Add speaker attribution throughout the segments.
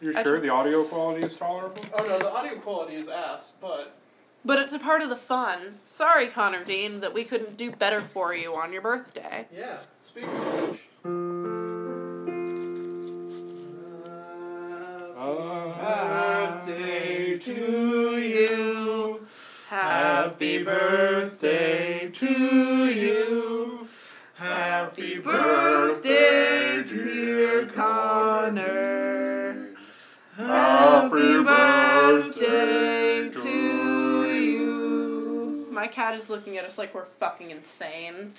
Speaker 1: You're
Speaker 2: I
Speaker 1: sure
Speaker 2: tr-
Speaker 1: the audio quality is tolerable?
Speaker 3: Oh no, the audio quality is ass, but
Speaker 2: But it's a part of the fun. Sorry, Connor Dean, that we couldn't do better for you on your birthday.
Speaker 3: yeah. Speaking of which.
Speaker 1: Birthday to you. Happy birthday to you. Happy birthday, dear Connor. Happy birthday to you.
Speaker 2: My cat is looking at us like we're fucking insane.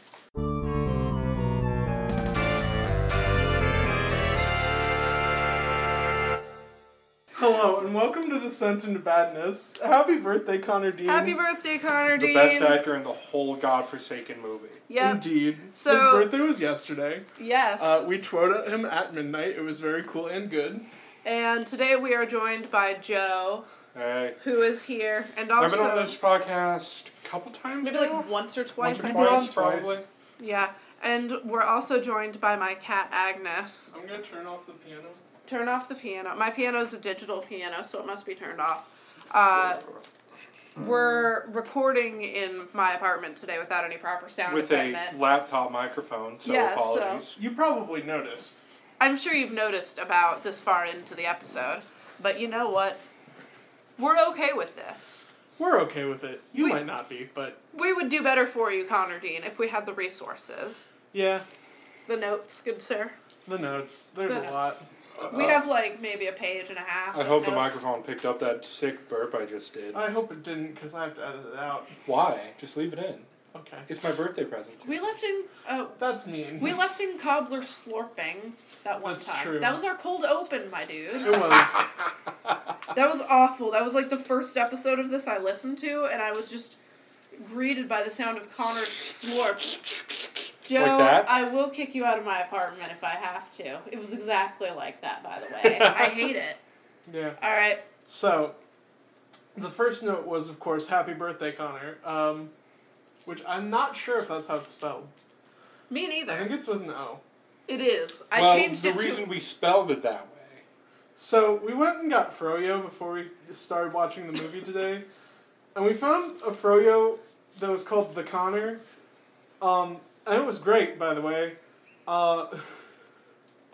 Speaker 3: Hello and welcome to Descent into Badness. Happy birthday, Connor Dean.
Speaker 2: Happy birthday, Connor
Speaker 1: The
Speaker 2: Dean.
Speaker 1: best actor in the whole godforsaken movie.
Speaker 2: Yep.
Speaker 3: Indeed. His
Speaker 2: So-
Speaker 3: birthday was yesterday.
Speaker 2: Yes.
Speaker 3: Uh, we twowed at him at midnight. It was very cool and good.
Speaker 2: and today we are joined by Joe,
Speaker 1: Hey,
Speaker 2: who is here, and
Speaker 1: I've been on
Speaker 2: also
Speaker 1: this podcast a couple times.
Speaker 2: maybe
Speaker 1: now?
Speaker 2: like once or twice.
Speaker 1: Once
Speaker 2: I
Speaker 1: or
Speaker 2: think.
Speaker 1: twice,
Speaker 3: Twice.
Speaker 1: probably.
Speaker 2: Yeah. And we're also joined by my cat Agnes.
Speaker 3: I'm gonna turn off the piano.
Speaker 2: Turn off the piano. My piano is a digital piano, so it must be turned off. Uh, we're recording in my apartment today without any proper sound
Speaker 1: With a
Speaker 2: equipment.
Speaker 1: laptop microphone, so
Speaker 2: Yeah, so-
Speaker 1: apologies.
Speaker 3: You probably noticed.
Speaker 2: I'm sure you've noticed about this far into the episode, but you know what? We're okay with this.
Speaker 3: We're okay with it. You
Speaker 2: We-
Speaker 3: might not be, but
Speaker 2: We would do better for you, Connor Dean, if we had the resources.
Speaker 3: yeah,
Speaker 2: The notes, good sir.
Speaker 3: the notes. There's
Speaker 2: Good.
Speaker 3: a lot.
Speaker 2: We have like maybe a page and a half.
Speaker 1: Uh, I
Speaker 2: of
Speaker 1: hope the
Speaker 2: notes.
Speaker 1: microphone picked up that sick burp I just did.
Speaker 2: Uh,
Speaker 3: I hope it didn't, because I have to edit it out.
Speaker 1: Why? Just leave it in.
Speaker 3: Okay.
Speaker 1: It's my birthday present.
Speaker 2: We left in. Uh,
Speaker 3: That's mean.
Speaker 2: we left in cobbler slurping that one
Speaker 3: That's
Speaker 2: time.
Speaker 3: true.
Speaker 2: That was our cold open, my dude.
Speaker 3: It was.
Speaker 2: That was awful. That was like the first episode of this I listened to, and I was just greeted by the sound of Connor's slurp. Joe,
Speaker 1: that?
Speaker 2: I will kick you out of my apartment if I have to. It was exactly like that, by the way. I hate it.
Speaker 3: Yeah.
Speaker 2: All right.
Speaker 3: So, the first note was, of course, "Happy Birthday, Connor," um, which I'm not sure if that's how it's spelled.
Speaker 2: Me
Speaker 3: I think
Speaker 2: neither.
Speaker 3: it's with an O.
Speaker 2: It is. I
Speaker 1: well,
Speaker 2: changed
Speaker 1: the
Speaker 2: it
Speaker 1: reason
Speaker 2: to.
Speaker 1: we spelled it that way.
Speaker 3: So we went and got Froyo before we started watching the movie today, and we found a Froyo that was called the Connor, um, and it was great, by the way. Uh, uh,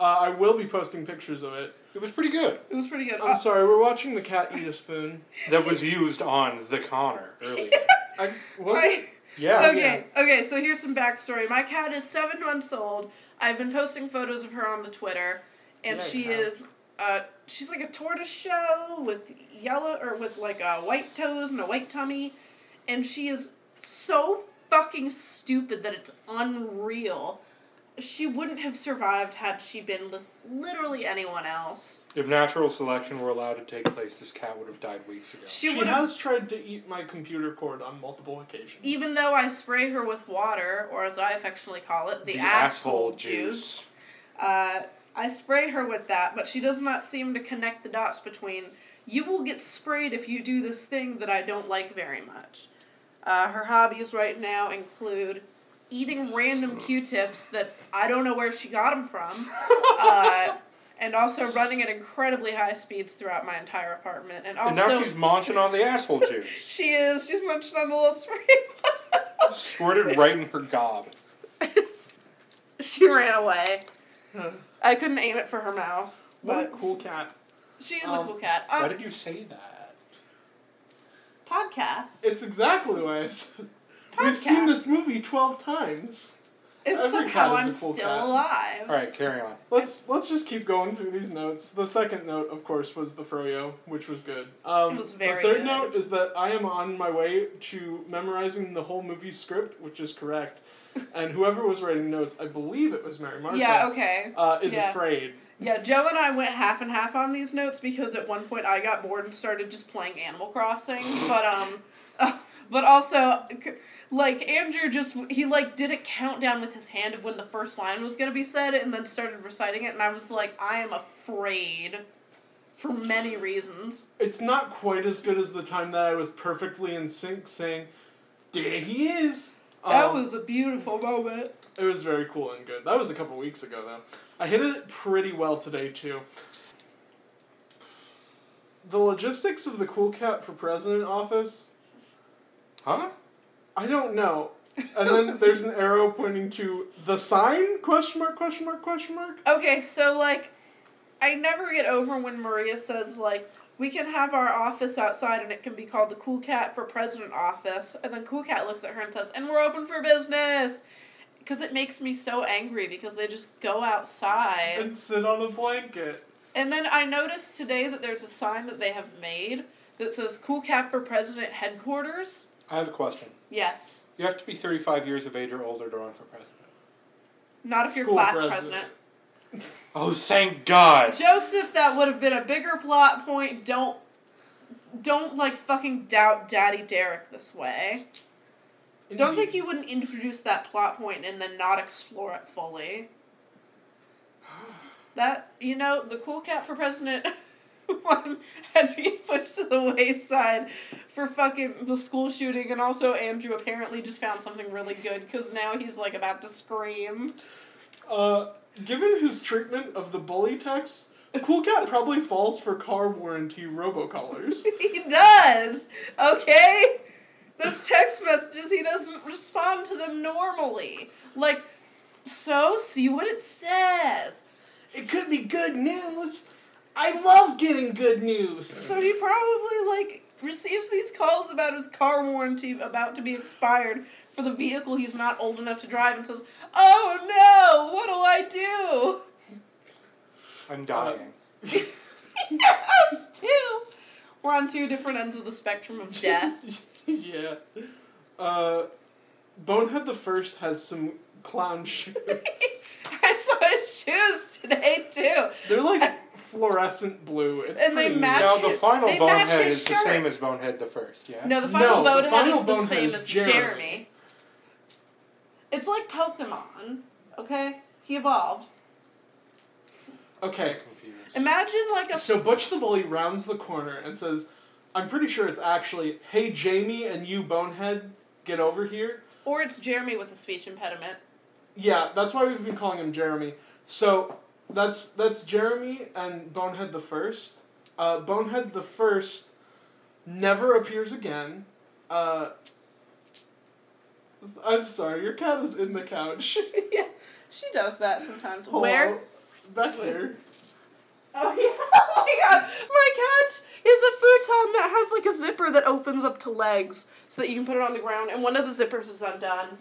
Speaker 3: I will be posting pictures of it.
Speaker 1: It was pretty good.
Speaker 2: It was pretty good.
Speaker 3: I'm
Speaker 2: Uh,
Speaker 3: sorry, we're watching the cat eat a spoon.
Speaker 1: That was used on The Connor earlier.
Speaker 3: I was it?
Speaker 2: right?
Speaker 1: Yeah.
Speaker 2: Okay. Okay. So here's some backstory. My cat is seven months old. I've been posting photos of her on the Twitter, and
Speaker 3: Yeah, you
Speaker 2: she
Speaker 3: have.
Speaker 2: is. Uh, she's like a tortoise shell with yellow or with like uh, white toes and a white tummy, and she is so fucking stupid that it's unreal. She wouldn't have survived had she been with literally anyone else.
Speaker 1: If natural selection were allowed to take place, this cat would have died weeks ago.
Speaker 2: She,
Speaker 3: She
Speaker 2: would have,
Speaker 3: has tried to eat my computer cord on multiple occasions.
Speaker 2: even though I spray her with water, or as I affectionately call it, the, asshole, juice. Uh, I spray her with that, but she does not seem to connect the dots between you will get sprayed if you do this thing that I don't like very much. Uh, her hobbies right now include eating random Q-tips that I don't know where she got them from, uh, and also running at incredibly high speeds throughout my entire apartment. And
Speaker 1: and now
Speaker 2: also,
Speaker 1: she's munching on the asshole juice.
Speaker 2: she is she's munching on the little spray.
Speaker 1: Squirted right in her gob.
Speaker 2: she ran away.
Speaker 3: Huh.
Speaker 2: I couldn't aim it for her mouth,
Speaker 3: what a
Speaker 2: but
Speaker 3: cool cat.
Speaker 2: she is a
Speaker 3: Um,
Speaker 2: cool cat.
Speaker 1: Why
Speaker 2: Uh,
Speaker 1: did you say that?
Speaker 2: podcast.
Speaker 3: It's exactly why I said.
Speaker 2: Podcast.
Speaker 3: We've seen this movie twelve times.
Speaker 2: And
Speaker 3: Every
Speaker 2: somehow
Speaker 3: cat is
Speaker 2: I'm
Speaker 3: a
Speaker 2: still
Speaker 3: full cat.
Speaker 2: alive.
Speaker 1: All right, carry on.
Speaker 3: Let's let's just keep going through these notes. The second note, of course, was the Froyo, which was good. Um,
Speaker 2: It was very
Speaker 3: The third
Speaker 2: good.
Speaker 3: note is that I am on my way to memorizing the whole movie script, which is correct. and whoever was writing notes, I believe it was Mary Martha,
Speaker 2: Yeah, okay.
Speaker 3: uh, is
Speaker 2: yeah.
Speaker 3: afraid.
Speaker 2: Yeah, Joe and I went half and half on these notes because at one point I got bored and started just playing Animal Crossing. But um, but also, c- like Andrew just he like did a countdown with his hand of when the first line was gonna be said, and then started reciting it, and I was like, I am afraid, for many reasons.
Speaker 3: It's not quite as good as the time that I was perfectly in sync saying, "There he is."
Speaker 2: that
Speaker 3: Um,
Speaker 2: was a beautiful moment.
Speaker 3: It was very cool and good. That was a couple weeks ago though. I hit it pretty well today too. the logistics of the cool cat for president office,
Speaker 1: Huh?
Speaker 3: I don't know. And then there's an arrow pointing to the sign? Question mark? Question mark? Question mark?
Speaker 2: Okay, so like, I never get over when Maria says like, we can have our office outside and it can be called the Cool Cat for President office, and then Cool Cat looks at her and says, and we're open for business, because it makes me so angry because they just go outside.
Speaker 3: And sit on a blanket.
Speaker 2: And then I noticed today that there's a sign that they have made that says Cool Cat for President headquarters.
Speaker 1: I have a question.
Speaker 2: Yes,
Speaker 1: You have to be 35 years of age or older to run for president.
Speaker 2: not if you're
Speaker 3: School
Speaker 2: class
Speaker 3: president.
Speaker 2: president.
Speaker 1: Oh, thank God.
Speaker 2: Joseph, that would have been a bigger plot point. Don't don't like fucking doubt Daddy Derek this way. Don't think you wouldn't introduce that plot point and then not explore it fully. That you know, the cool cat for president one had to get pushed to the wayside for fucking the school shooting and also Andrew apparently just found something really good because now he's like about to scream.
Speaker 3: Uh, given his treatment of the bully text, Cool Cat probably falls for car warranty robocallers.
Speaker 2: he does. Okay? Those text messages, he doesn't respond to them normally. Like, so see what it says.
Speaker 3: It could be good news. I love getting good news.
Speaker 2: So he probably like receives these calls about his car warranty about to be expired for the vehicle he's not old enough to drive and says, "Oh no, what'll I do?"
Speaker 1: I'm dying.
Speaker 2: yes, two. We're on two different ends of the spectrum of death.
Speaker 3: yeah. Uh, Bonehead the First has some clown shoes.
Speaker 2: I saw his shoes today too.
Speaker 3: They're like fluorescent blue. It's
Speaker 2: And they
Speaker 3: pretty-
Speaker 2: match-
Speaker 1: now, the
Speaker 2: his-
Speaker 1: final
Speaker 2: they match
Speaker 1: Bonehead
Speaker 2: his
Speaker 1: is
Speaker 2: shirt.
Speaker 1: the same as Bonehead the First, yeah?
Speaker 2: No, the final
Speaker 3: No,
Speaker 2: bonehead
Speaker 3: the final
Speaker 2: is the
Speaker 3: bonehead
Speaker 2: same
Speaker 3: is
Speaker 2: as Jeremy.
Speaker 3: Jeremy.
Speaker 2: It's like Pokemon. Okay, he evolved.
Speaker 3: Okay.
Speaker 1: Confused.
Speaker 2: Imagine like a
Speaker 3: So Butch the Bully rounds the corner and says, I'm pretty sure it's actually, hey, Jamie and you, Bonehead, get over here.
Speaker 2: or it's Jeremy with a speech impediment.
Speaker 3: Yeah, that's why we've been calling him Jeremy. So that's that's Jeremy and Bonehead the First. Uh, Bonehead the First never appears again. Uh, I'm sorry, your cat is in the couch.
Speaker 2: yeah, she does that sometimes.
Speaker 3: Hello?
Speaker 2: Where?
Speaker 3: Back there.
Speaker 2: Oh yeah! Oh my god! My couch is a futon that has like a zipper that opens up to legs so that you can put it on the ground, and one of the zippers is undone.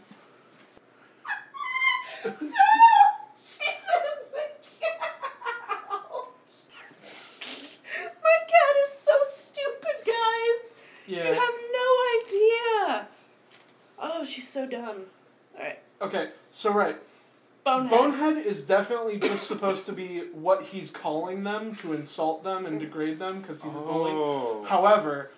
Speaker 2: no! She's in the couch. My cat is so stupid, guys. You
Speaker 3: Yeah.
Speaker 2: have no idea. Oh, she's so dumb. All right,
Speaker 3: Okay, so right.
Speaker 2: bonehead.
Speaker 3: Bonehead is definitely just supposed to be what he's calling them to insult them and degrade them because he's a bully.
Speaker 1: oh.
Speaker 3: However,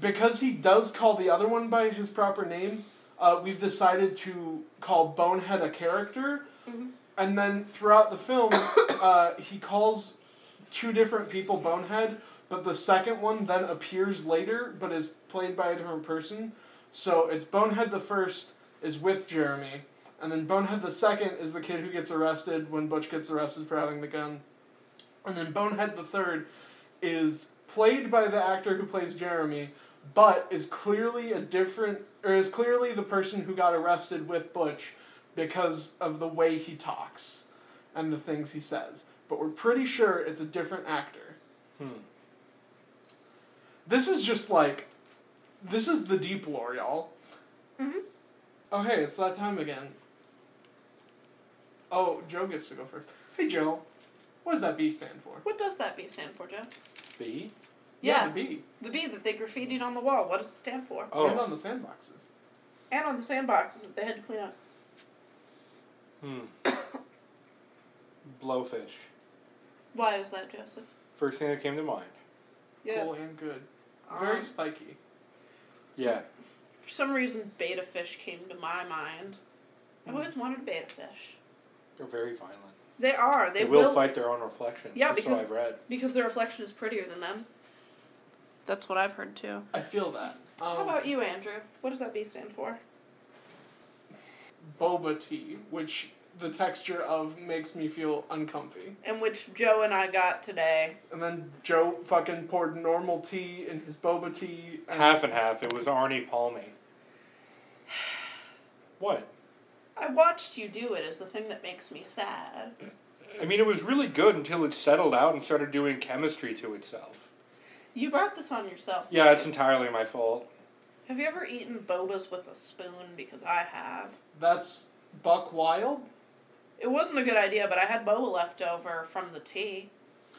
Speaker 3: because he does call the other one by his proper name, uh, we've decided to call Bonehead a character.
Speaker 2: Mhm.
Speaker 3: And then throughout the film, uh, he calls two different people Bonehead, but the second one then appears later but is played by a different person. So it's Bonehead the first is with Jeremy, and then Bonehead the second is the kid who gets arrested when Butch gets arrested for having the gun. And then Bonehead the third is played by the actor who plays Jeremy, but is clearly a different or is clearly the person who got arrested with Butch because of the way he talks and the things he says. But we're pretty sure it's a different actor.
Speaker 1: Hmm.
Speaker 3: This is just like this is the deep lore, y'all.
Speaker 2: Mhm.
Speaker 3: Oh hey, it's that time again. Oh, Joe gets to go first. Hey Joe, what does that B stand for?
Speaker 2: What does that B stand for, Joe?
Speaker 1: B?
Speaker 2: Yeah.
Speaker 3: the B.
Speaker 2: The B that they graffitied on the wall. What does it stand for?
Speaker 3: And
Speaker 1: Oh.
Speaker 3: on the sandboxes.
Speaker 2: And on the sandboxes that they had to clean up.
Speaker 1: Hmm. Blowfish.
Speaker 2: Why is that, Joseph?
Speaker 1: First thing that came to mind.
Speaker 3: Cool and good. Very
Speaker 2: Um,
Speaker 3: spiky.
Speaker 1: Yeah.
Speaker 2: for some reason, beta fish came to my mind. I've always wanted a beta fish.
Speaker 1: They're very violent.
Speaker 2: They are. They,
Speaker 1: will, fight their own reflection.
Speaker 2: Yeah,
Speaker 1: That's
Speaker 2: because-
Speaker 1: what I've read.
Speaker 2: because their reflection is prettier than them. That's what I've heard too.
Speaker 3: I feel that. Um,
Speaker 2: How about you, Andrew? What does that B stand for?
Speaker 3: boba tea, which the texture of makes me feel uncomfy.
Speaker 2: and which Joe and I got today.
Speaker 3: And then Joe fucking poured normal tea in his boba tea. And
Speaker 1: Half and half. It was Arnie Palmy. What?
Speaker 2: I watched you do it is the thing that makes me sad.
Speaker 1: I mean, it was really good until it settled out and started doing chemistry to itself.
Speaker 2: You brought this on yourself.
Speaker 1: Yeah, it's
Speaker 2: didn't
Speaker 1: entirely my fault.
Speaker 2: you? Have you ever eaten bobas with a spoon? Because I have.
Speaker 3: That's Buck Wild.
Speaker 2: It wasn't a good idea, but I had boba left over from the tea.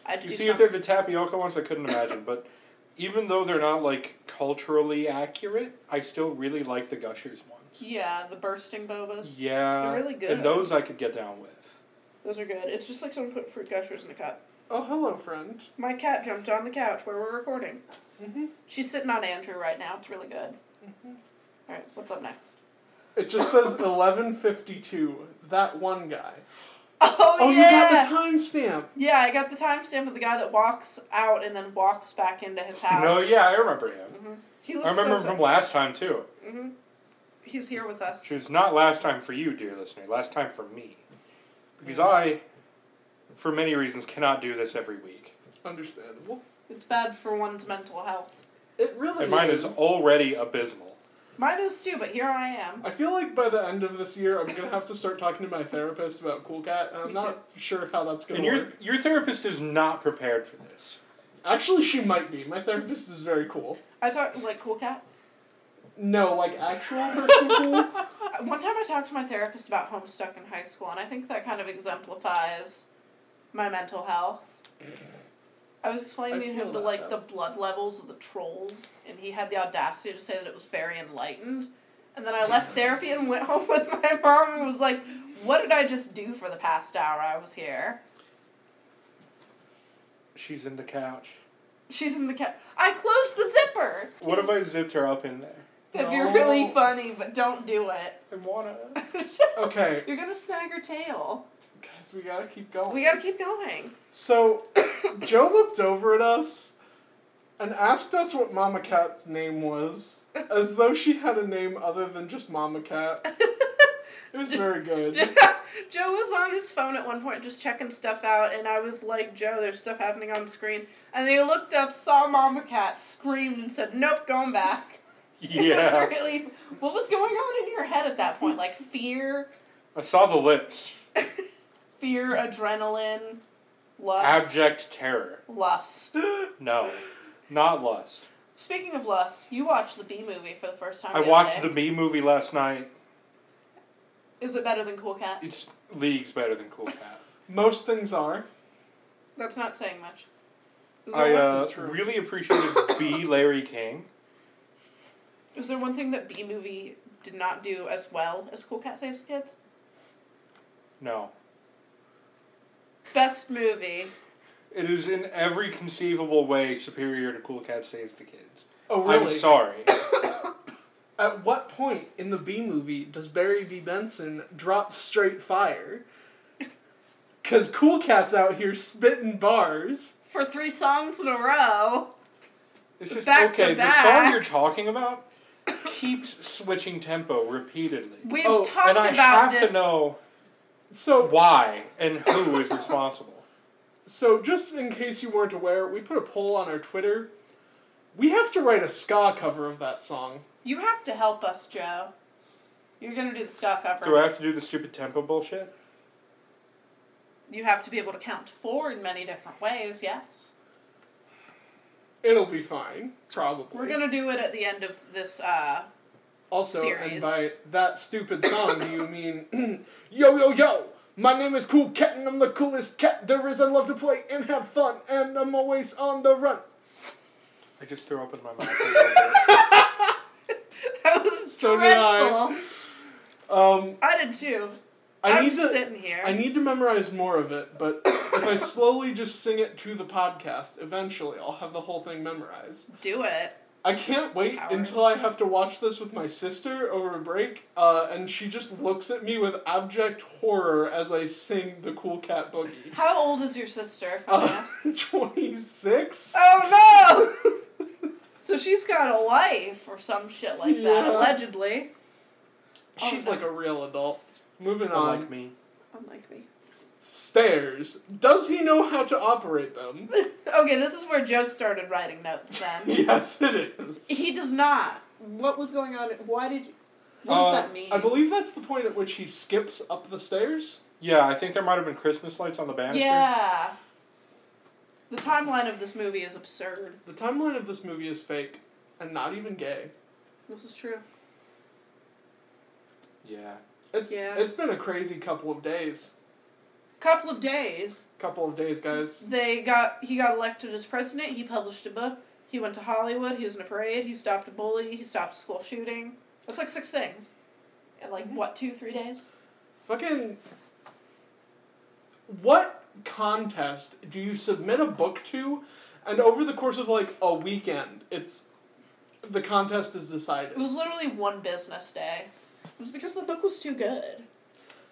Speaker 2: I had to
Speaker 1: You
Speaker 2: do
Speaker 1: see, if they're the tapioca ones, I couldn't imagine. But even though they're not like culturally accurate, I still really like the Gushers ones.
Speaker 2: Yeah, the bursting bobas.
Speaker 1: Yeah,
Speaker 2: They're really good.
Speaker 1: And those I could get down with.
Speaker 2: Those are good. It's just like someone put fruit gushers in a cup.
Speaker 3: Oh, hello, friend.
Speaker 2: My cat jumped on the couch where we're recording.
Speaker 3: Mm-hmm.
Speaker 2: She's sitting on Andrew right now. It's really good. mm-hmm. All right, what's up next?
Speaker 3: It just says 11:52. That one guy.
Speaker 2: Oh,
Speaker 3: Oh,
Speaker 2: yeah.
Speaker 3: you got the timestamp.
Speaker 2: yeah, I got the timestamp of the guy that walks out and then walks back into his house. Mm-hmm.
Speaker 1: No, yeah, I remember him.
Speaker 2: He looks
Speaker 1: I remember him
Speaker 2: so
Speaker 1: from last time too.
Speaker 2: hmm He's here with us.
Speaker 1: Which was not last time for you, dear listener. Last time for me, because I, for many reasons, cannot do this every week.
Speaker 3: Understandable.
Speaker 2: It's bad for one's mental health.
Speaker 3: It
Speaker 2: Oh,
Speaker 3: really.
Speaker 1: And mine is already abysmal.
Speaker 2: Mine is too, but here I am.
Speaker 3: I feel like by the end of this year, I'm gonna have to start talking to my therapist about Cool Cat, and I'm
Speaker 2: Me
Speaker 3: not sure how that's gonna
Speaker 1: And your
Speaker 3: work.
Speaker 1: your therapist is not prepared for this.
Speaker 3: Actually, she might be. My therapist is very cool.
Speaker 2: I talked like cool cat.
Speaker 3: No, like actual person cool.
Speaker 2: One time I talked to my therapist about Homestuck in high school, and I think that kind of exemplifies my mental health. I was explaining
Speaker 3: I
Speaker 2: to
Speaker 3: feel
Speaker 2: him the
Speaker 3: that,
Speaker 2: like
Speaker 3: though.
Speaker 2: the blood levels of the trolls, and he had the audacity to say that it was very enlightened. And then I left therapy and went home with my mom and was like, "What did I just do for the past hour I was here?"
Speaker 1: She's in the couch.
Speaker 2: She's in the cat. I closed the zipper.
Speaker 1: What if I zipped her up in there?
Speaker 2: That'd be
Speaker 3: No.
Speaker 2: really funny, but don't do
Speaker 1: I wanna.
Speaker 2: it.
Speaker 3: Okay,
Speaker 2: You're gonna snag her tail.
Speaker 3: guys, we gotta keep going.
Speaker 2: We gotta keep going.
Speaker 3: So, Joe looked over at us and asked us what Mama Cat's name was, as though she had a name other than just Mama Cat. It was very good.
Speaker 2: Joe was on his phone at one point just checking stuff out, and I was like, Joe, there's stuff happening on screen. And then he looked up, saw Mama Cat, screamed, and said, Nope, going back. It
Speaker 1: Yeah.
Speaker 2: was really. What was going on in your head at that point? Like fear,
Speaker 1: I saw the lips.
Speaker 2: fear, adrenaline, lust.
Speaker 1: Abject terror.
Speaker 2: Lust.
Speaker 1: No, not lust.
Speaker 2: Speaking of lust, you watched the B movie for the first time.
Speaker 1: I
Speaker 2: the other
Speaker 1: watched
Speaker 2: day.
Speaker 1: the B movie last night.
Speaker 2: Is it better than Cool Cat?
Speaker 1: It's leagues better than Cool Cat.
Speaker 3: Most things are.
Speaker 2: That's not saying much.
Speaker 3: Is that
Speaker 1: I
Speaker 3: what
Speaker 1: uh,
Speaker 3: is true?
Speaker 1: really appreciated B Larry King.
Speaker 2: Is there one thing that B movie did not do as well as Cool Cat Saves the Kids?
Speaker 1: No,
Speaker 2: Best movie.
Speaker 1: it is in every conceivable way superior to Cool Cat Saves the Kids.
Speaker 3: Oh, really?
Speaker 1: I'm sorry.
Speaker 3: At what point in the B movie does Barry B. Benson drop straight fire? Because Cool Cat's out here spitting bars.
Speaker 2: For three songs in a row.
Speaker 1: It's just
Speaker 2: Back to
Speaker 1: okay. The
Speaker 2: back.
Speaker 1: song you're talking about keeps switching tempo repeatedly.
Speaker 2: We've
Speaker 3: Oh,
Speaker 2: talked
Speaker 1: and I have
Speaker 2: about this.
Speaker 1: to know
Speaker 3: So,
Speaker 1: why and who is responsible.
Speaker 3: So, just in case you weren't aware, we put a poll on our Twitter. We have to write a ska cover of that song.
Speaker 2: You have to help us, Joe. You're gonna do the ska cover.
Speaker 1: Do I have to do the stupid tempo bullshit?
Speaker 2: You have to be able to count to four in many different ways, yes.
Speaker 3: It'll be fine, probably.
Speaker 2: We're gonna do it at the end of this uh
Speaker 3: also,
Speaker 2: series.
Speaker 3: and by that stupid song, do you mean yo yo yo? My name is Cool Cat, and I'm the coolest cat there is. I love to play and have fun, and I'm always on the run.
Speaker 1: I just threw up in my mouth.
Speaker 2: That was
Speaker 3: So did
Speaker 2: dreadful.
Speaker 3: I. Um,
Speaker 2: I did too.
Speaker 3: I
Speaker 2: am
Speaker 3: need to.
Speaker 2: sitting here.
Speaker 3: I need to memorize more of it, but if I slowly just sing it to the podcast, eventually I'll have the whole thing memorized.
Speaker 2: do it.
Speaker 3: I can't wait
Speaker 2: Howard.
Speaker 3: until I have to watch this with my sister over a break, uh, and she just looks at me with abject horror as I sing the Cool Cat Boogie.
Speaker 2: How old is your sister? if I may
Speaker 3: Uh,
Speaker 2: ask?
Speaker 3: 26?
Speaker 2: Oh no! so she's got a wife or some shit like that,
Speaker 3: Yeah.
Speaker 2: allegedly.
Speaker 3: She's
Speaker 2: Oh, no.
Speaker 3: like a real adult. Moving on.
Speaker 1: Unlike me.
Speaker 2: Unlike me.
Speaker 3: Stairs. Does he know how to operate them?
Speaker 2: okay, this is where Joe started writing notes then.
Speaker 3: yes, it is.
Speaker 2: he does not. What was going on? Why did you. What does
Speaker 1: Uh,
Speaker 2: that mean?
Speaker 3: I believe that's the point at which he skips up the stairs.
Speaker 1: Yeah, I think there might have been Christmas lights on the banister.
Speaker 2: Yeah. The timeline of this movie is absurd.
Speaker 3: The timeline of this movie is fake and not even gay.
Speaker 2: This is true.
Speaker 1: Yeah.
Speaker 3: It's
Speaker 2: Yeah.
Speaker 3: it's been a crazy couple of days.
Speaker 2: Couple of days,
Speaker 3: Couple of days, guys.
Speaker 2: they got he got elected as president. He published a book. He went to Hollywood. He was in a parade. He stopped a bully. He stopped a school shooting. That's like six things. In like what two three days?
Speaker 3: Fucking. What contest do you submit a book to, and over the course of like a weekend, it's the contest is decided.
Speaker 2: It was literally one business day. It was because the book was too good.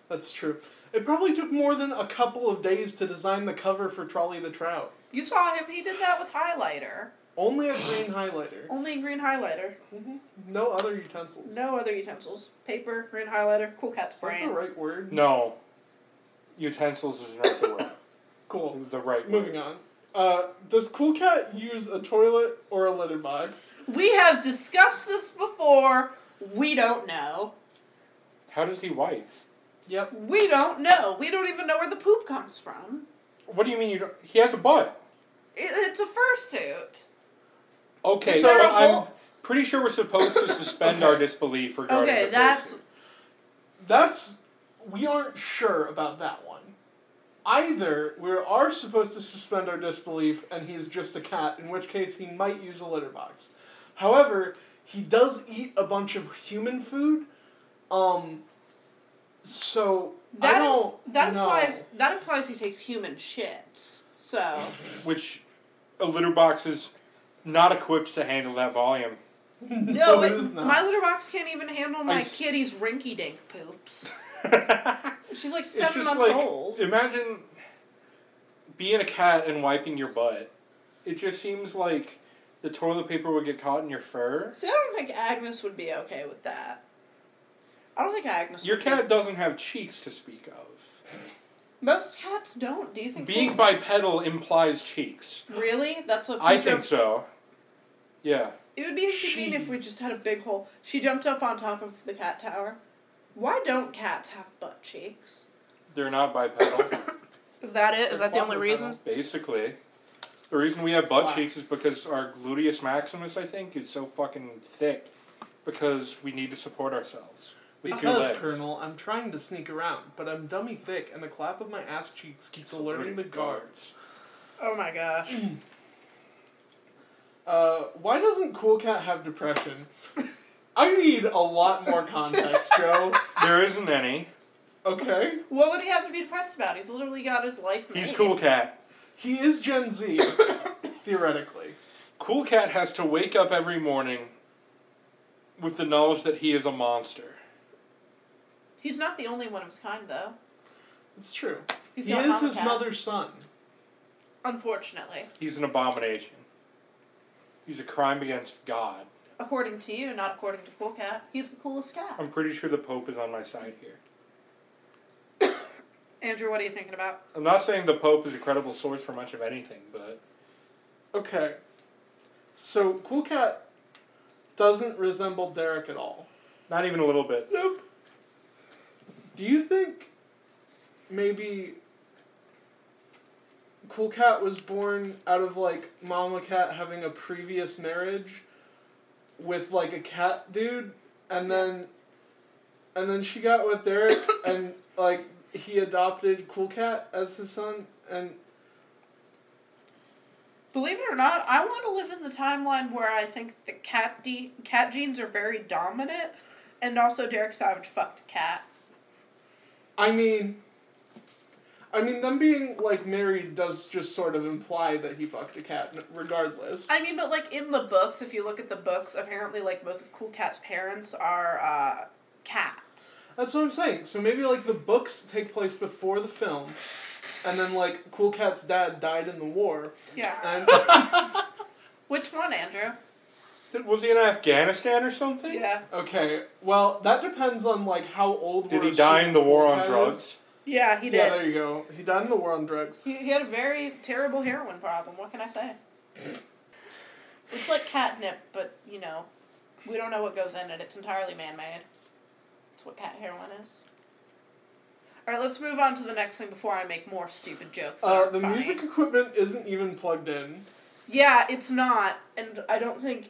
Speaker 3: That's true. It probably took more than a couple of days to design the cover for Trolley the Trout.
Speaker 2: You saw him. He did that with highlighter.
Speaker 3: Only a green highlighter.
Speaker 2: Only in green highlighter.
Speaker 3: Mhm. No other utensils.
Speaker 2: No other utensils. Paper, green highlighter, cool cat's
Speaker 3: Is that
Speaker 2: brain.
Speaker 3: the right word?
Speaker 1: No. Utensils is not the word.
Speaker 3: Cool.
Speaker 1: the right word.
Speaker 3: Moving on. Uh, does Cool Cat use a toilet or a litter box?
Speaker 2: We have discussed this before. We don't know.
Speaker 1: How does he wipe?
Speaker 3: Yep.
Speaker 2: We don't know. We don't even know where the poop comes from.
Speaker 1: What do you mean you don't? He has a butt.
Speaker 2: It, it's a fursuit.
Speaker 1: Okay,
Speaker 2: Is there
Speaker 1: but
Speaker 2: a
Speaker 1: I'm
Speaker 2: hole?
Speaker 1: pretty sure we're supposed to suspend our
Speaker 3: Okay.
Speaker 1: disbelief regarding
Speaker 2: Okay,
Speaker 1: the
Speaker 2: that's
Speaker 1: fursuit.
Speaker 3: That's. We aren't sure about that one. Either we are supposed to suspend our disbelief and he's just a cat, in which case he might use a litter box. However, he does eat a bunch of human food. Um. So I
Speaker 2: That-
Speaker 3: don't.
Speaker 2: that
Speaker 3: know.
Speaker 2: implies that implies he takes human shits. So
Speaker 1: which a litter box is not equipped to handle that volume.
Speaker 2: no,
Speaker 3: it is
Speaker 2: it,
Speaker 3: not.
Speaker 2: my litter box can't even handle my
Speaker 1: I s-
Speaker 2: kitty's rinky dink poops. She's like
Speaker 1: it's
Speaker 2: seven
Speaker 1: just
Speaker 2: months
Speaker 1: like
Speaker 2: old.
Speaker 1: imagine being a cat and wiping your butt. It just seems like the toilet paper would get caught in your fur.
Speaker 2: See, I don't think Agnes would be okay with that. I don't think Agnes.
Speaker 1: Your
Speaker 2: would
Speaker 1: cat doesn't have cheeks to speak of.
Speaker 2: Be. Most cats don't. Do you think?
Speaker 1: Being
Speaker 2: they-
Speaker 1: bipedal implies cheeks.
Speaker 2: Really? That's what
Speaker 1: I
Speaker 2: people-
Speaker 1: think so. Yeah.
Speaker 2: It would be inconvenient
Speaker 3: She-
Speaker 2: if we just had a big hole. She jumped up on top of the cat tower. Why don't cats have butt cheeks?
Speaker 1: They're not bipedal.
Speaker 2: Is that it? Is that the only reason?
Speaker 1: Basically, the reason we have butt
Speaker 3: Why?
Speaker 1: cheeks is because our gluteus maximus, I think, is so fucking thick because we need to support ourselves with two
Speaker 3: Because,
Speaker 1: legs.
Speaker 3: Colonel, I'm trying to sneak around, but I'm dummy thick, and the clap of my ass cheeks keeps alerting the guards.
Speaker 2: Oh my gosh.
Speaker 3: Uh, why doesn't Cool Cat have depression? I need a lot more context, Joe.
Speaker 1: There isn't any.
Speaker 3: Okay,
Speaker 2: What would he have to be depressed about? He's literally got his life.
Speaker 1: He's
Speaker 2: made.
Speaker 1: cool cat.
Speaker 3: he is Gen Z, theoretically.
Speaker 1: Cool cat has to wake up every morning with the knowledge that he is a monster.
Speaker 2: He's not the only one of his kind though.
Speaker 3: It's true.
Speaker 2: He's
Speaker 3: he
Speaker 2: not
Speaker 3: is his
Speaker 2: cat,
Speaker 3: mother's son.
Speaker 2: Unfortunately,
Speaker 1: He's an abomination. He's a crime against God.
Speaker 2: according to you, not according to Cool Cat, he's the coolest cat.
Speaker 1: I'm pretty sure the Pope is on my side here.
Speaker 2: Andrew, what are you thinking about?
Speaker 1: I'm not saying the Pope is a credible source for much of anything, but
Speaker 3: Okay, so Cool Cat doesn't resemble Derek at all.
Speaker 1: not even a little bit.
Speaker 3: Nope. Do you think maybe Cool Cat was born out of like Mama Cat having a previous marriage with like a cat dude and then and then she got with Derek and like he adopted Cool Cat as his son and
Speaker 2: Believe it or not, I want to live in the timeline where I think the cat de- cat genes are very dominant, and also Derek Savage fucked a cat.
Speaker 3: I mean I mean them being like married does just sort of imply that he fucked a cat regardless.
Speaker 2: I mean, but like in the books, if you look at the books, apparently like both of Cool Cat's parents are uh, cats.
Speaker 3: That's what I'm saying. So maybe like the books take place before the film, and then like Cool Cat's dad died in the war,
Speaker 2: Yeah.
Speaker 3: and
Speaker 2: Which one, Andrew?
Speaker 1: Was he in Afghanistan or something?
Speaker 2: Yeah.
Speaker 3: okay, well that depends on like how old.
Speaker 1: Did
Speaker 3: we're
Speaker 1: he die in the
Speaker 3: assuming
Speaker 1: war
Speaker 3: Cool
Speaker 1: on
Speaker 3: Cat
Speaker 1: drugs?
Speaker 3: is.
Speaker 2: Yeah, he did.
Speaker 3: Yeah, there you go. He died in the war on drugs.
Speaker 2: He, he had a very terrible heroin problem. What can I say? It's like catnip, but you know, we don't know what goes in it. It's entirely man-made. That's what cat heroin is. All right, let's move on to the next thing before I make more stupid jokes. that
Speaker 3: Uh,
Speaker 2: aren't
Speaker 3: the
Speaker 2: funny.
Speaker 3: music equipment isn't even plugged in.
Speaker 2: Yeah, it's not, and I don't think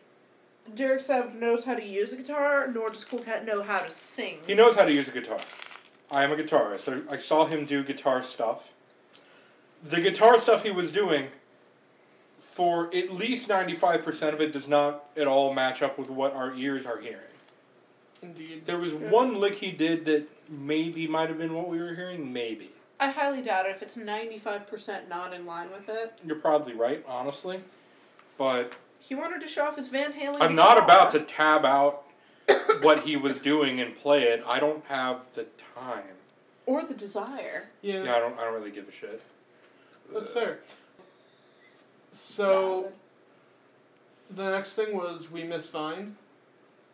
Speaker 2: Derek Savage knows how to use a guitar, nor does Cool Cat know how to sing.
Speaker 1: He knows how to use a guitar. I am a guitarist. I- I saw him do guitar stuff. The guitar stuff he was doing, for at least 95% of it, does not at all match up with what our ears are hearing.
Speaker 3: Indeed.
Speaker 1: There was
Speaker 2: Yeah.
Speaker 1: one lick he did that maybe might have been what we were hearing. Maybe.
Speaker 2: I highly doubt it if it's 95% not in line with it.
Speaker 1: You're probably right, honestly. But
Speaker 2: He wanted to show off his Van Halen
Speaker 1: I'm not
Speaker 2: guitar.
Speaker 1: about to tab out what he was doing and play it. I don't have the time.
Speaker 2: Or the desire.
Speaker 3: Yeah,
Speaker 1: Yeah, I don't. I don't really give a shit.
Speaker 3: that's fair. So the next thing was we miss Vine.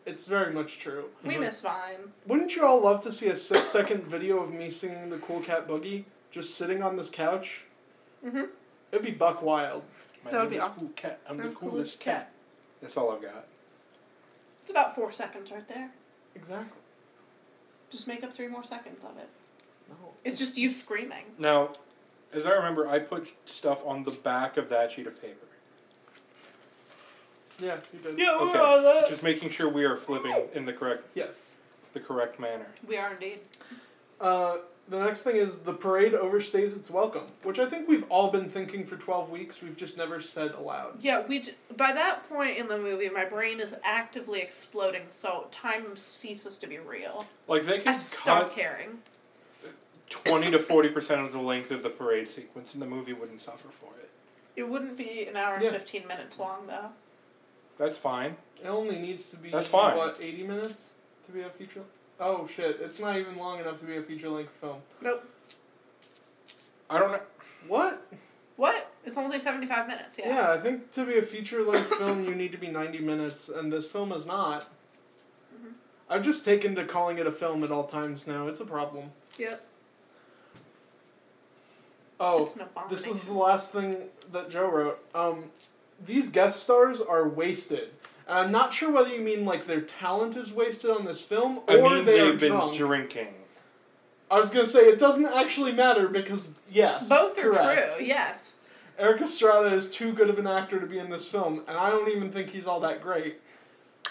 Speaker 3: It's very much true.
Speaker 2: We
Speaker 1: Mhm.
Speaker 2: miss Vine.
Speaker 3: Wouldn't you all love to see a six second video of me singing the Cool Cat Boogie, just sitting on this couch?
Speaker 2: Mhm.
Speaker 3: It'd be buck wild.
Speaker 1: My
Speaker 2: That would
Speaker 1: name
Speaker 2: be
Speaker 1: is
Speaker 2: aw-
Speaker 1: Cool Cat. I'm the
Speaker 2: I'm
Speaker 1: coolest, cat. That's all I've got.
Speaker 2: It's about four seconds right there.
Speaker 3: Exactly.
Speaker 2: Just make up three more seconds of it.
Speaker 3: No.
Speaker 2: It's just you screaming.
Speaker 1: Now, as I remember, I put stuff on the back of that sheet of paper.
Speaker 3: Yeah, you did.
Speaker 1: Okay. Just making sure we are flipping in the correct
Speaker 3: Yes.
Speaker 1: the correct manner.
Speaker 2: We are indeed.
Speaker 3: Uh, the next thing is the parade overstays its welcome, which I think we've all been thinking for 12 weeks. We've just never said aloud.
Speaker 2: Yeah, we. d- By that point in the movie, my brain is actively exploding, so time ceases to be real.
Speaker 1: Like they
Speaker 2: I
Speaker 1: can
Speaker 2: stop
Speaker 1: cut
Speaker 2: caring.
Speaker 1: twenty to forty percent of the length of the parade sequence, and the movie wouldn't suffer for it.
Speaker 2: It wouldn't be an hour and
Speaker 3: Yeah.
Speaker 2: fifteen minutes long though.
Speaker 1: That's fine.
Speaker 3: It only needs to be
Speaker 1: That's fine.
Speaker 3: what 80 minutes to be a feature. Oh shit! It's not even long enough to be a feature length film.
Speaker 1: I don't know.
Speaker 3: What?
Speaker 2: What? It's only seventy five minutes.
Speaker 3: Yeah.
Speaker 2: Yeah.
Speaker 3: I think to be a feature length film, you need to be 90 minutes, and this film is not.
Speaker 2: Mhm.
Speaker 3: I've just taken to calling it a film at all times now. It's a problem.
Speaker 2: Yep.
Speaker 3: Oh,
Speaker 2: it's an
Speaker 3: This
Speaker 2: abomination.
Speaker 3: is the last thing that Joe wrote. Um, these guest stars are wasted. And I'm not sure whether you mean like their talent is wasted on this film or
Speaker 1: I mean,
Speaker 3: they are
Speaker 1: have been
Speaker 3: drunk.
Speaker 1: drinking.
Speaker 3: I was gonna say it doesn't actually matter because yes,
Speaker 2: Both are
Speaker 3: correct.
Speaker 2: true. Yes.
Speaker 3: Eric Estrada is too good of an actor to be in this film, and I don't even think he's all that great.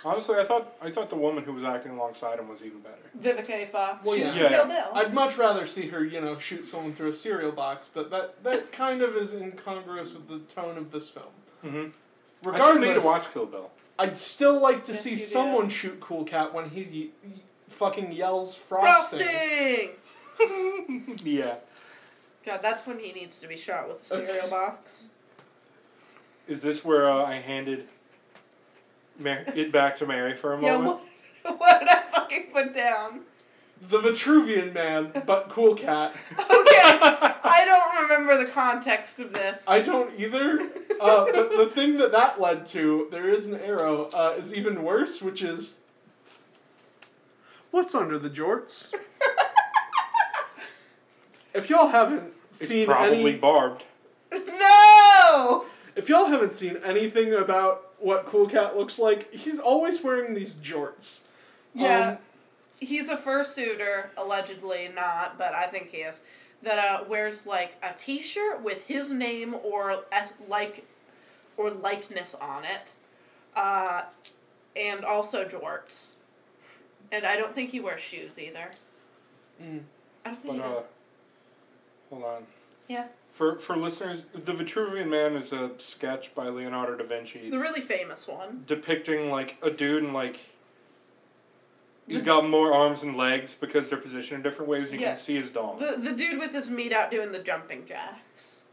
Speaker 1: Honestly, I thought I thought the woman who was acting alongside him was even better.
Speaker 2: Vivica A. Fox.
Speaker 3: Well,
Speaker 2: she
Speaker 3: yeah.
Speaker 2: was in
Speaker 1: Yeah.
Speaker 2: Kill Bill.
Speaker 3: I'd much rather see her, you know, shoot someone through a cereal box, but that that kind of is incongruous with the tone of this film.
Speaker 1: Mm-hmm. I still
Speaker 3: Regardless,
Speaker 1: need to watch Kill Bill.
Speaker 3: I'd still like to
Speaker 2: Yes,
Speaker 3: see
Speaker 2: you do.
Speaker 3: someone shoot Cool Cat when he, y y- fucking yells frosting.
Speaker 2: Frosting.
Speaker 1: yeah.
Speaker 2: God, that's when he needs to be shot with a cereal
Speaker 3: Okay.
Speaker 2: box.
Speaker 1: Is this where uh, I handed Mar- it back to Mary for a
Speaker 2: Yeah.
Speaker 1: moment?
Speaker 2: What, what did I fucking put down?
Speaker 3: The Vitruvian Man, but Cool Cat.
Speaker 2: Okay. I don't remember the context of this.
Speaker 3: I don't either. Uh, but the thing that that led to, there is an arrow, uh, is even worse, which is. What's under the jorts? If y'all haven't
Speaker 1: it's
Speaker 3: seen
Speaker 1: probably
Speaker 3: any,
Speaker 1: barbed.
Speaker 2: no.
Speaker 3: if y'all haven't seen anything about what Cool Cat looks like, he's always wearing these jorts.
Speaker 2: Yeah.
Speaker 3: Um,
Speaker 2: he's a fursuiter, allegedly not, but I think he is. That uh, wears like a T-shirt with his name or as- like or likeness on it, uh, and also jorts. And I don't think he wears shoes either.
Speaker 3: Mm.
Speaker 2: I don't
Speaker 1: But
Speaker 2: think he
Speaker 1: uh,
Speaker 2: does.
Speaker 1: hold on.
Speaker 2: Yeah.
Speaker 1: For for listeners, the Vitruvian Man is a sketch by Leonardo da Vinci
Speaker 2: The really famous one.
Speaker 1: depicting like a dude and like. He's got more arms and legs because they're positioned in different ways, and you
Speaker 2: Yeah.
Speaker 1: can see his dong.
Speaker 2: The the dude with his meat out doing the jumping jacks.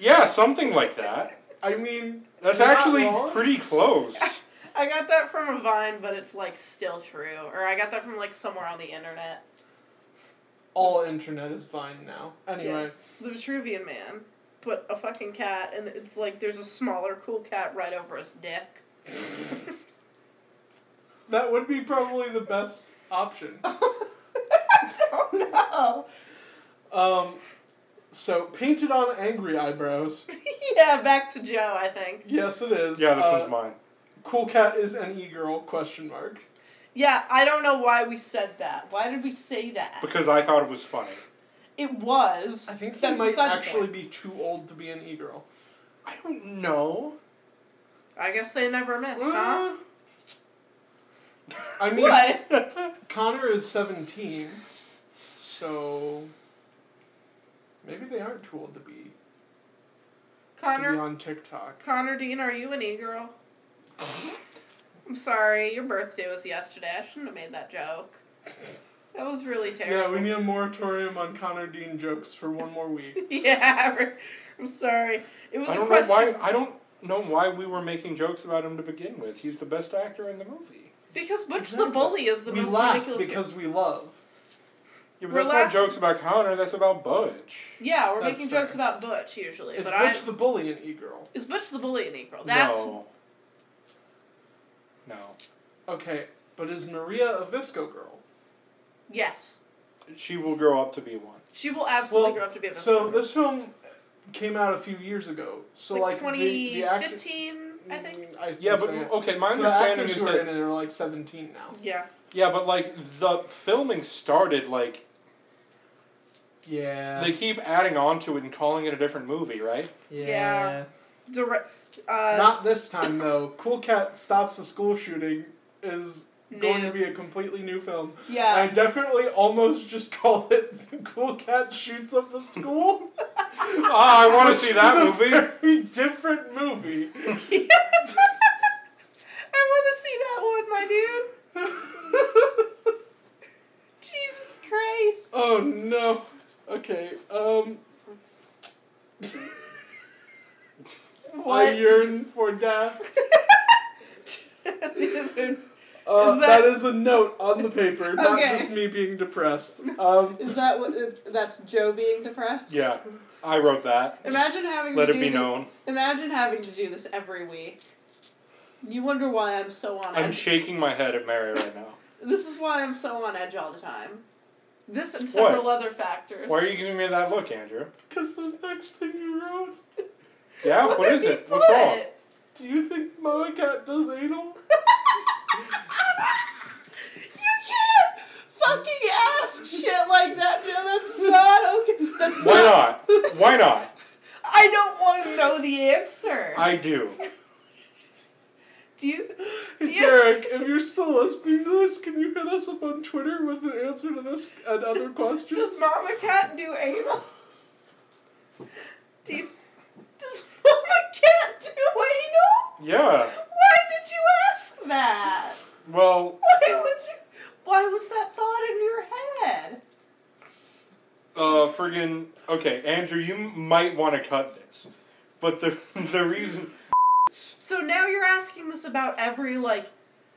Speaker 1: yeah, something like that.
Speaker 3: I mean,
Speaker 1: That's
Speaker 3: You're not
Speaker 1: actually
Speaker 3: wrong.
Speaker 1: pretty close.
Speaker 2: I got that from a Vine, but it's like still true. Or I got that from like somewhere on the internet.
Speaker 3: all internet is fine now. Anyway,
Speaker 2: Yes. The Vitruvian Man put a fucking cat, and it's like there's a smaller, cool cat right over his dick.
Speaker 3: that would be probably the best option.
Speaker 2: I don't know. no.
Speaker 3: Um, so painted on angry eyebrows.
Speaker 2: yeah, back to Joe, I think.
Speaker 3: Yes, it is.
Speaker 1: Yeah, this
Speaker 3: Uh,
Speaker 1: one's mine.
Speaker 3: Cool cat is an e girl? Question mark.
Speaker 2: Yeah, I don't know why we said that. Why did we say that?
Speaker 1: Because I thought it was funny.
Speaker 2: it was.
Speaker 3: I think he
Speaker 2: That's
Speaker 3: might
Speaker 2: beside the
Speaker 3: actually
Speaker 2: point.
Speaker 3: be too old to be an e girl.
Speaker 1: I don't know.
Speaker 2: I guess they never missed,
Speaker 3: Mm-hmm. Uh,
Speaker 2: huh?
Speaker 3: I mean,
Speaker 2: What?
Speaker 3: Connor is seventeen, so maybe they aren't too old to be to be
Speaker 2: Connor,
Speaker 3: on TikTok.
Speaker 2: Connor Dean, are you an e-girl? I'm sorry, your birthday was yesterday. I shouldn't have made that joke. That was really
Speaker 3: Yeah,
Speaker 2: terrible.
Speaker 3: we need a moratorium on Connor Dean jokes for one more week.
Speaker 2: yeah, we're- I'm sorry. It was
Speaker 1: I
Speaker 2: a
Speaker 1: don't know
Speaker 2: question
Speaker 1: why. I don't know why we were making jokes about him to begin with. He's the best actor in the movie.
Speaker 2: because Butch the
Speaker 3: Exactly.
Speaker 2: Bully is the
Speaker 3: we
Speaker 2: most
Speaker 3: laugh
Speaker 2: ridiculous.
Speaker 3: because we love.
Speaker 1: Yeah, but
Speaker 2: We're
Speaker 1: that's not
Speaker 2: laughing.
Speaker 1: jokes about Connor. That's about Butch.
Speaker 2: yeah, we're
Speaker 3: That's
Speaker 2: making
Speaker 3: fair.
Speaker 2: jokes about Butch usually,
Speaker 3: Is
Speaker 2: but
Speaker 3: Butch
Speaker 2: I
Speaker 3: the bully an e girl?
Speaker 2: is Butch the Bully an e-girl? That's
Speaker 1: no. No.
Speaker 3: Okay, but is Maria a Visco girl?
Speaker 2: yes.
Speaker 1: She will grow up to be one.
Speaker 2: She will absolutely
Speaker 3: Well,
Speaker 2: grow up to be a villain.
Speaker 3: So this film came out a few years ago. So
Speaker 2: like,
Speaker 3: like, the, the actor-
Speaker 2: 2015, I think.
Speaker 3: Mm, I think
Speaker 1: Yeah,
Speaker 3: so,
Speaker 1: but okay. My
Speaker 3: so the
Speaker 1: understanding
Speaker 3: actors
Speaker 1: is
Speaker 3: who are
Speaker 1: that
Speaker 3: in it are like seventeen now.
Speaker 2: Yeah.
Speaker 1: yeah, but like the filming started like
Speaker 3: Yeah.
Speaker 1: they keep adding on to it and calling it a different movie, right?
Speaker 2: Yeah. Direct. Uh,
Speaker 3: Not this time though. Cool Cat stops the school shooting is
Speaker 2: new.
Speaker 3: going to be a completely new film. I
Speaker 2: yeah.
Speaker 3: definitely almost just called it Cool Cat Shoots Up the School.
Speaker 1: Oh, I want to see that
Speaker 3: Which is
Speaker 1: movie.
Speaker 3: a very different movie.
Speaker 2: I want to see that one, my dude. Jesus Christ.
Speaker 3: oh no. Okay. Um.
Speaker 2: What?
Speaker 3: I yearn for death.
Speaker 2: is Is
Speaker 3: Uh,
Speaker 2: that-
Speaker 3: that is a note on the paper, not
Speaker 2: Okay.
Speaker 3: just me being depressed. Um,
Speaker 2: that what? That's Joe being depressed.
Speaker 1: Yeah, I wrote that.
Speaker 2: Imagine having
Speaker 1: Let
Speaker 2: to
Speaker 1: it
Speaker 2: do
Speaker 1: be
Speaker 2: thi-
Speaker 1: known.
Speaker 2: Imagine having to do this every week. You wonder why I'm so on
Speaker 1: I'm
Speaker 2: edge.
Speaker 1: shaking my head at Mary right now.
Speaker 2: this is why I'm so on edge all the time. This and several other factors.
Speaker 1: Why are you giving me that look, Andrew?
Speaker 3: Because the next thing you wrote,
Speaker 1: Yeah,
Speaker 2: What
Speaker 1: what
Speaker 2: did
Speaker 1: is
Speaker 2: he
Speaker 1: it? What's wrong?
Speaker 2: put?
Speaker 3: do you think Mama Cat does anal?
Speaker 2: you can't fucking ask shit like that, Joe. That's not okay. That's
Speaker 1: Why not? Why not?
Speaker 2: I don't want to know the answer.
Speaker 1: I do.
Speaker 2: do you? Do you-
Speaker 3: Derek, if you're still listening to this, can you hit us up on Twitter with an answer to this and other questions?
Speaker 2: Does Mama Cat do anal? Do you, does Mama Cat do anal?
Speaker 1: Yeah.
Speaker 2: Why did you ask that?
Speaker 1: Well,
Speaker 2: Why would you? Why was that thought in your head?
Speaker 1: uh, friggin' okay, Andrew, you might want to cut this, but the the reason
Speaker 2: So now you're asking this about every like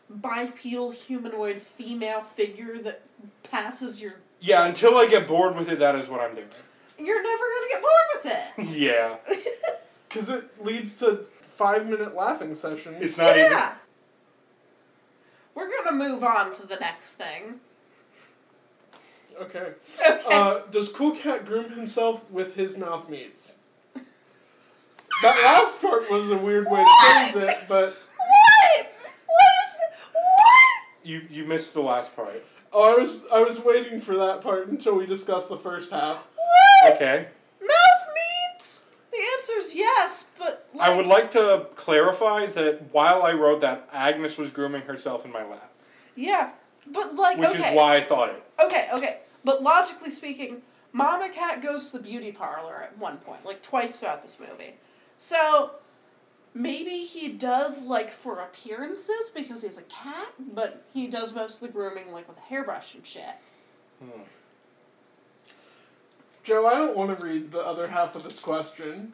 Speaker 2: bipedal humanoid female figure that passes your.
Speaker 1: yeah, until I get bored with it, that is what I'm doing.
Speaker 2: You're never gonna get bored
Speaker 1: Yeah,
Speaker 2: with it.
Speaker 3: Because it leads to five minute laughing sessions.
Speaker 1: it's not
Speaker 2: yeah.
Speaker 1: even.
Speaker 2: We're gonna move on to the next thing.
Speaker 3: Okay.
Speaker 2: Okay.
Speaker 3: Uh, does Cool Cat groom himself with his mouth meats? That last part was a weird way to phrase it, but
Speaker 2: what? What is the, what?
Speaker 1: You you missed the last part.
Speaker 3: oh, I was I was waiting for that part until we discussed the first half.
Speaker 2: What?
Speaker 1: Okay,
Speaker 2: Mouth meats? The answer is yes, but like,
Speaker 1: I would like to clarify that while I wrote that, Agnes was grooming herself in my lap,
Speaker 2: yeah, but like
Speaker 1: which
Speaker 2: okay,
Speaker 1: is why I thought it.
Speaker 2: okay, okay. But logically speaking, Mama Cat goes to the beauty parlor at one point, like twice throughout this movie. So maybe he does like for appearances because he's a cat, but he does most of the grooming like with a hairbrush and shit.
Speaker 1: Hmm.
Speaker 3: Joe, I don't want to read the other half of this question.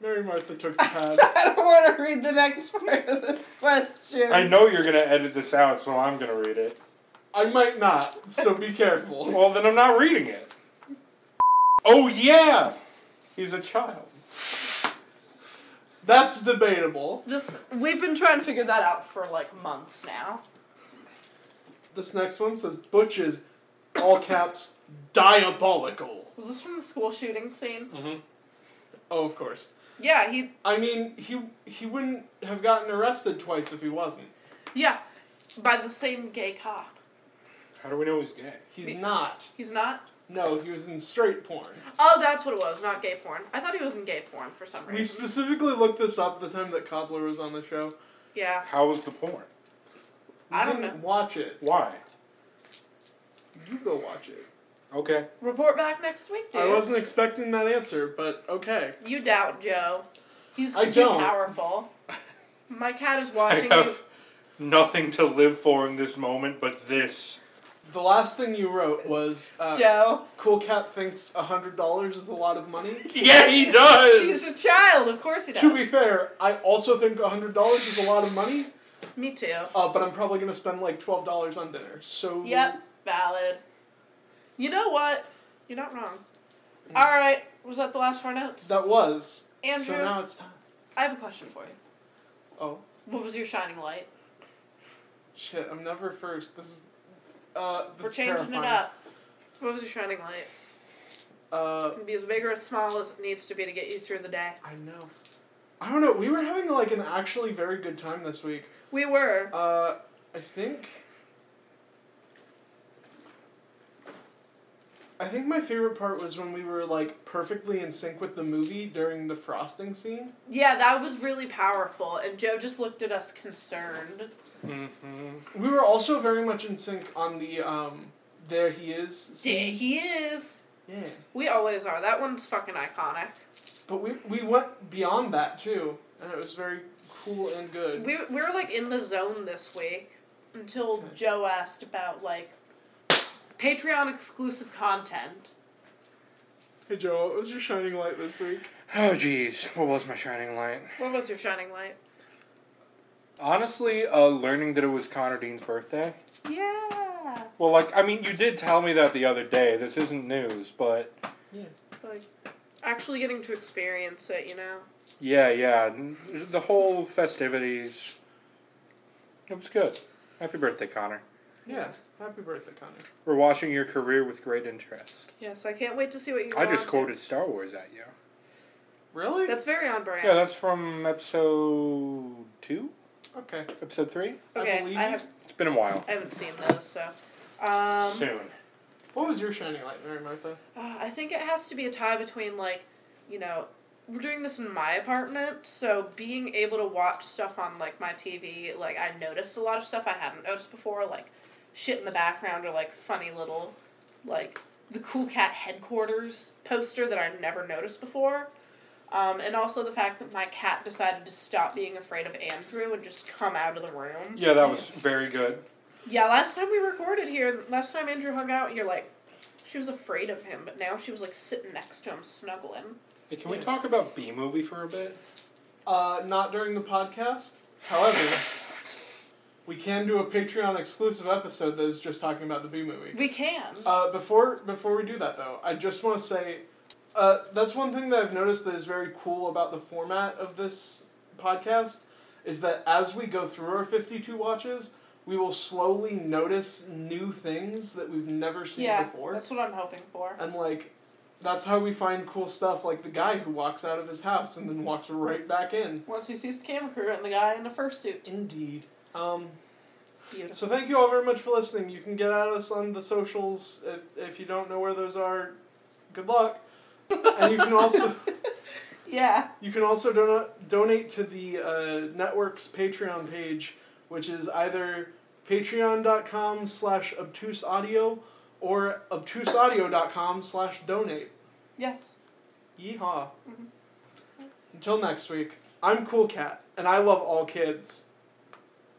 Speaker 3: Mary Martha took the
Speaker 1: Uh-huh.
Speaker 3: pad.
Speaker 2: I don't want to read the next part of this question.
Speaker 1: I know you're gonna edit this out, so I'm gonna read it.
Speaker 3: I might not, so be careful.
Speaker 1: Well, then I'm not reading it. Oh yeah, he's a child.
Speaker 3: That's debatable.
Speaker 2: This we've been trying to figure that out for like months now.
Speaker 3: This next one says Butch is all caps diabolical.
Speaker 2: Was this from the school shooting scene?
Speaker 1: Mm-hmm.
Speaker 3: Oh, of course.
Speaker 2: Yeah, he.
Speaker 3: I mean, he he wouldn't have gotten arrested twice if he wasn't.
Speaker 2: Yeah, by the same gay cop.
Speaker 1: How do we know he's gay?
Speaker 3: He's not.
Speaker 2: He's not.
Speaker 3: No, he was in straight porn.
Speaker 2: Oh, that's what it was. Not gay porn. I thought he was in gay porn for some
Speaker 3: We
Speaker 2: reason.
Speaker 3: specifically looked this up the time that Cobbler was on the show.
Speaker 2: Yeah.
Speaker 1: How was the porn?
Speaker 3: We
Speaker 2: I don't
Speaker 3: didn't watch it.
Speaker 1: Why?
Speaker 3: You go watch it.
Speaker 1: Okay.
Speaker 2: Report back next week, dude.
Speaker 3: I wasn't expecting that answer, but okay.
Speaker 2: You doubt Joe. He's
Speaker 3: I
Speaker 2: too
Speaker 3: don't.
Speaker 2: powerful. My cat is
Speaker 1: I
Speaker 2: watching you.
Speaker 1: have nothing to live for in this moment but this.
Speaker 3: The last thing you wrote was uh,
Speaker 2: Joe.
Speaker 3: Cool Cat thinks $100 is a lot of money.
Speaker 1: Yeah, he
Speaker 2: He's
Speaker 1: does.
Speaker 2: a child, of course he does.
Speaker 3: To be fair, I also think $100 is a lot of money,
Speaker 2: Me too.
Speaker 3: uh, but I'm probably going to spend like $12 on dinner. So.
Speaker 2: Yep, valid. You know what? You're not wrong.
Speaker 3: Mm.
Speaker 2: All right, was that the last of our notes?
Speaker 3: That was.
Speaker 2: Andrew,
Speaker 3: So now it's time.
Speaker 2: I have a question for you.
Speaker 3: Oh,
Speaker 2: What was your shining light?
Speaker 3: shit. I'm never first. This is. Uh, this
Speaker 2: We're
Speaker 3: is
Speaker 2: changing
Speaker 3: terrifying.
Speaker 2: it up. What was your shining light?
Speaker 3: Uh,
Speaker 2: It can be as big or as small as it needs to be to get you through the day.
Speaker 3: I know. I don't know. We were having like an actually very good time this week.
Speaker 2: We were.
Speaker 3: Uh, I think. I think my favorite part was when we were like perfectly in sync with the movie during the frosting scene.
Speaker 2: Yeah, that was really powerful, and Joe just looked at us concerned.
Speaker 1: Mm-hmm.
Speaker 3: We were also very much in sync on the um, "There He Is"
Speaker 2: There
Speaker 3: scene.
Speaker 2: he is.
Speaker 3: Yeah.
Speaker 2: We always are. That one's fucking iconic.
Speaker 3: But we we went beyond that too, and it was very cool and good.
Speaker 2: We, we were like in the zone this week until
Speaker 3: Okay.
Speaker 2: Joe asked about like Patreon exclusive content.
Speaker 3: Hey Joe, what was your shining light this week?
Speaker 1: Oh, geez. What was my shining light?
Speaker 2: What was your shining light?
Speaker 1: Honestly, uh, learning that it was Connor Dean's birthday.
Speaker 2: Yeah.
Speaker 1: Well, like, I mean, you did tell me that the other day. This isn't news, but
Speaker 2: Like actually getting to experience it, you know?
Speaker 1: yeah, yeah. n- The whole festivities. It was good. Happy birthday, Connor.
Speaker 3: Yeah. Happy birthday, Connor.
Speaker 1: We're watching your career with great interest.
Speaker 2: Yes, I can't wait to see what you
Speaker 1: I
Speaker 2: go
Speaker 1: just
Speaker 2: on
Speaker 1: quoted Star Wars at you.
Speaker 3: Really?
Speaker 2: to. That's very on brand.
Speaker 1: Yeah, that's from episode two,
Speaker 3: okay.
Speaker 1: episode three.
Speaker 3: I
Speaker 2: okay,
Speaker 3: believe
Speaker 2: I,
Speaker 3: you.
Speaker 2: have
Speaker 1: It's been a while.
Speaker 2: I haven't seen those, so um
Speaker 1: Soon.
Speaker 3: What was your shining light, Mary Martha?
Speaker 2: Uh, I think it has to be a tie between like, you know, we're doing this in my apartment, so being able to watch stuff on like my TV, like I noticed a lot of stuff I hadn't noticed before, like shit in the background or like funny little, like the Cool Cat headquarters poster that I never noticed before. Um, and also the fact that my cat decided to stop being afraid of Andrew and just come out of the room.
Speaker 1: Yeah, that was very good.
Speaker 2: Yeah, last time we recorded here, last time Andrew hung out, you're like, she was afraid of him, but now she was like sitting next to him, snuggling.
Speaker 1: Hey, can we
Speaker 3: Yeah.
Speaker 1: talk about B movie for a bit?
Speaker 3: Uh, not during the podcast. However, we can do a Patreon exclusive episode that is just talking about the B movie.
Speaker 2: We can.
Speaker 3: Uh, before before we do that though, I just want to say, uh, that's one thing that I've noticed that is very cool about the format of this podcast is that as we go through our fifty two watches, we will slowly notice new things that we've never seen
Speaker 2: yeah,
Speaker 3: before, Uh,
Speaker 2: that's what I'm hoping for.
Speaker 3: and like. That's how we find cool stuff like the guy who walks out of his house and then walks right back in.
Speaker 2: Once he sees the camera crew and the guy in the fursuit.
Speaker 3: Indeed. Um,
Speaker 2: Beautiful.
Speaker 3: so thank you all very much for listening. You can get at us on the socials if, if you don't know where those are. Good luck. And you can also
Speaker 2: yeah.
Speaker 3: you can also don- donate to the uh, network's Patreon page, which is either patreon.com slash obtuse audio or obtuseaudio.com slash donate.
Speaker 2: Yes.
Speaker 3: Yeehaw.
Speaker 2: Mhm.
Speaker 3: Until next week, I'm Cool Cat, and I love all kids.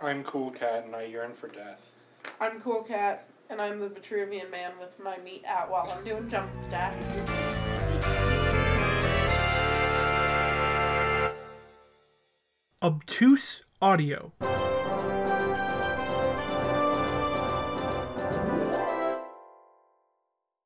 Speaker 1: I'm Cool Cat and I yearn for death.
Speaker 2: I'm Cool Cat, and I'm the Vitruvian man with my meat out while I'm doing jump jacks.
Speaker 3: Obtuse Audio.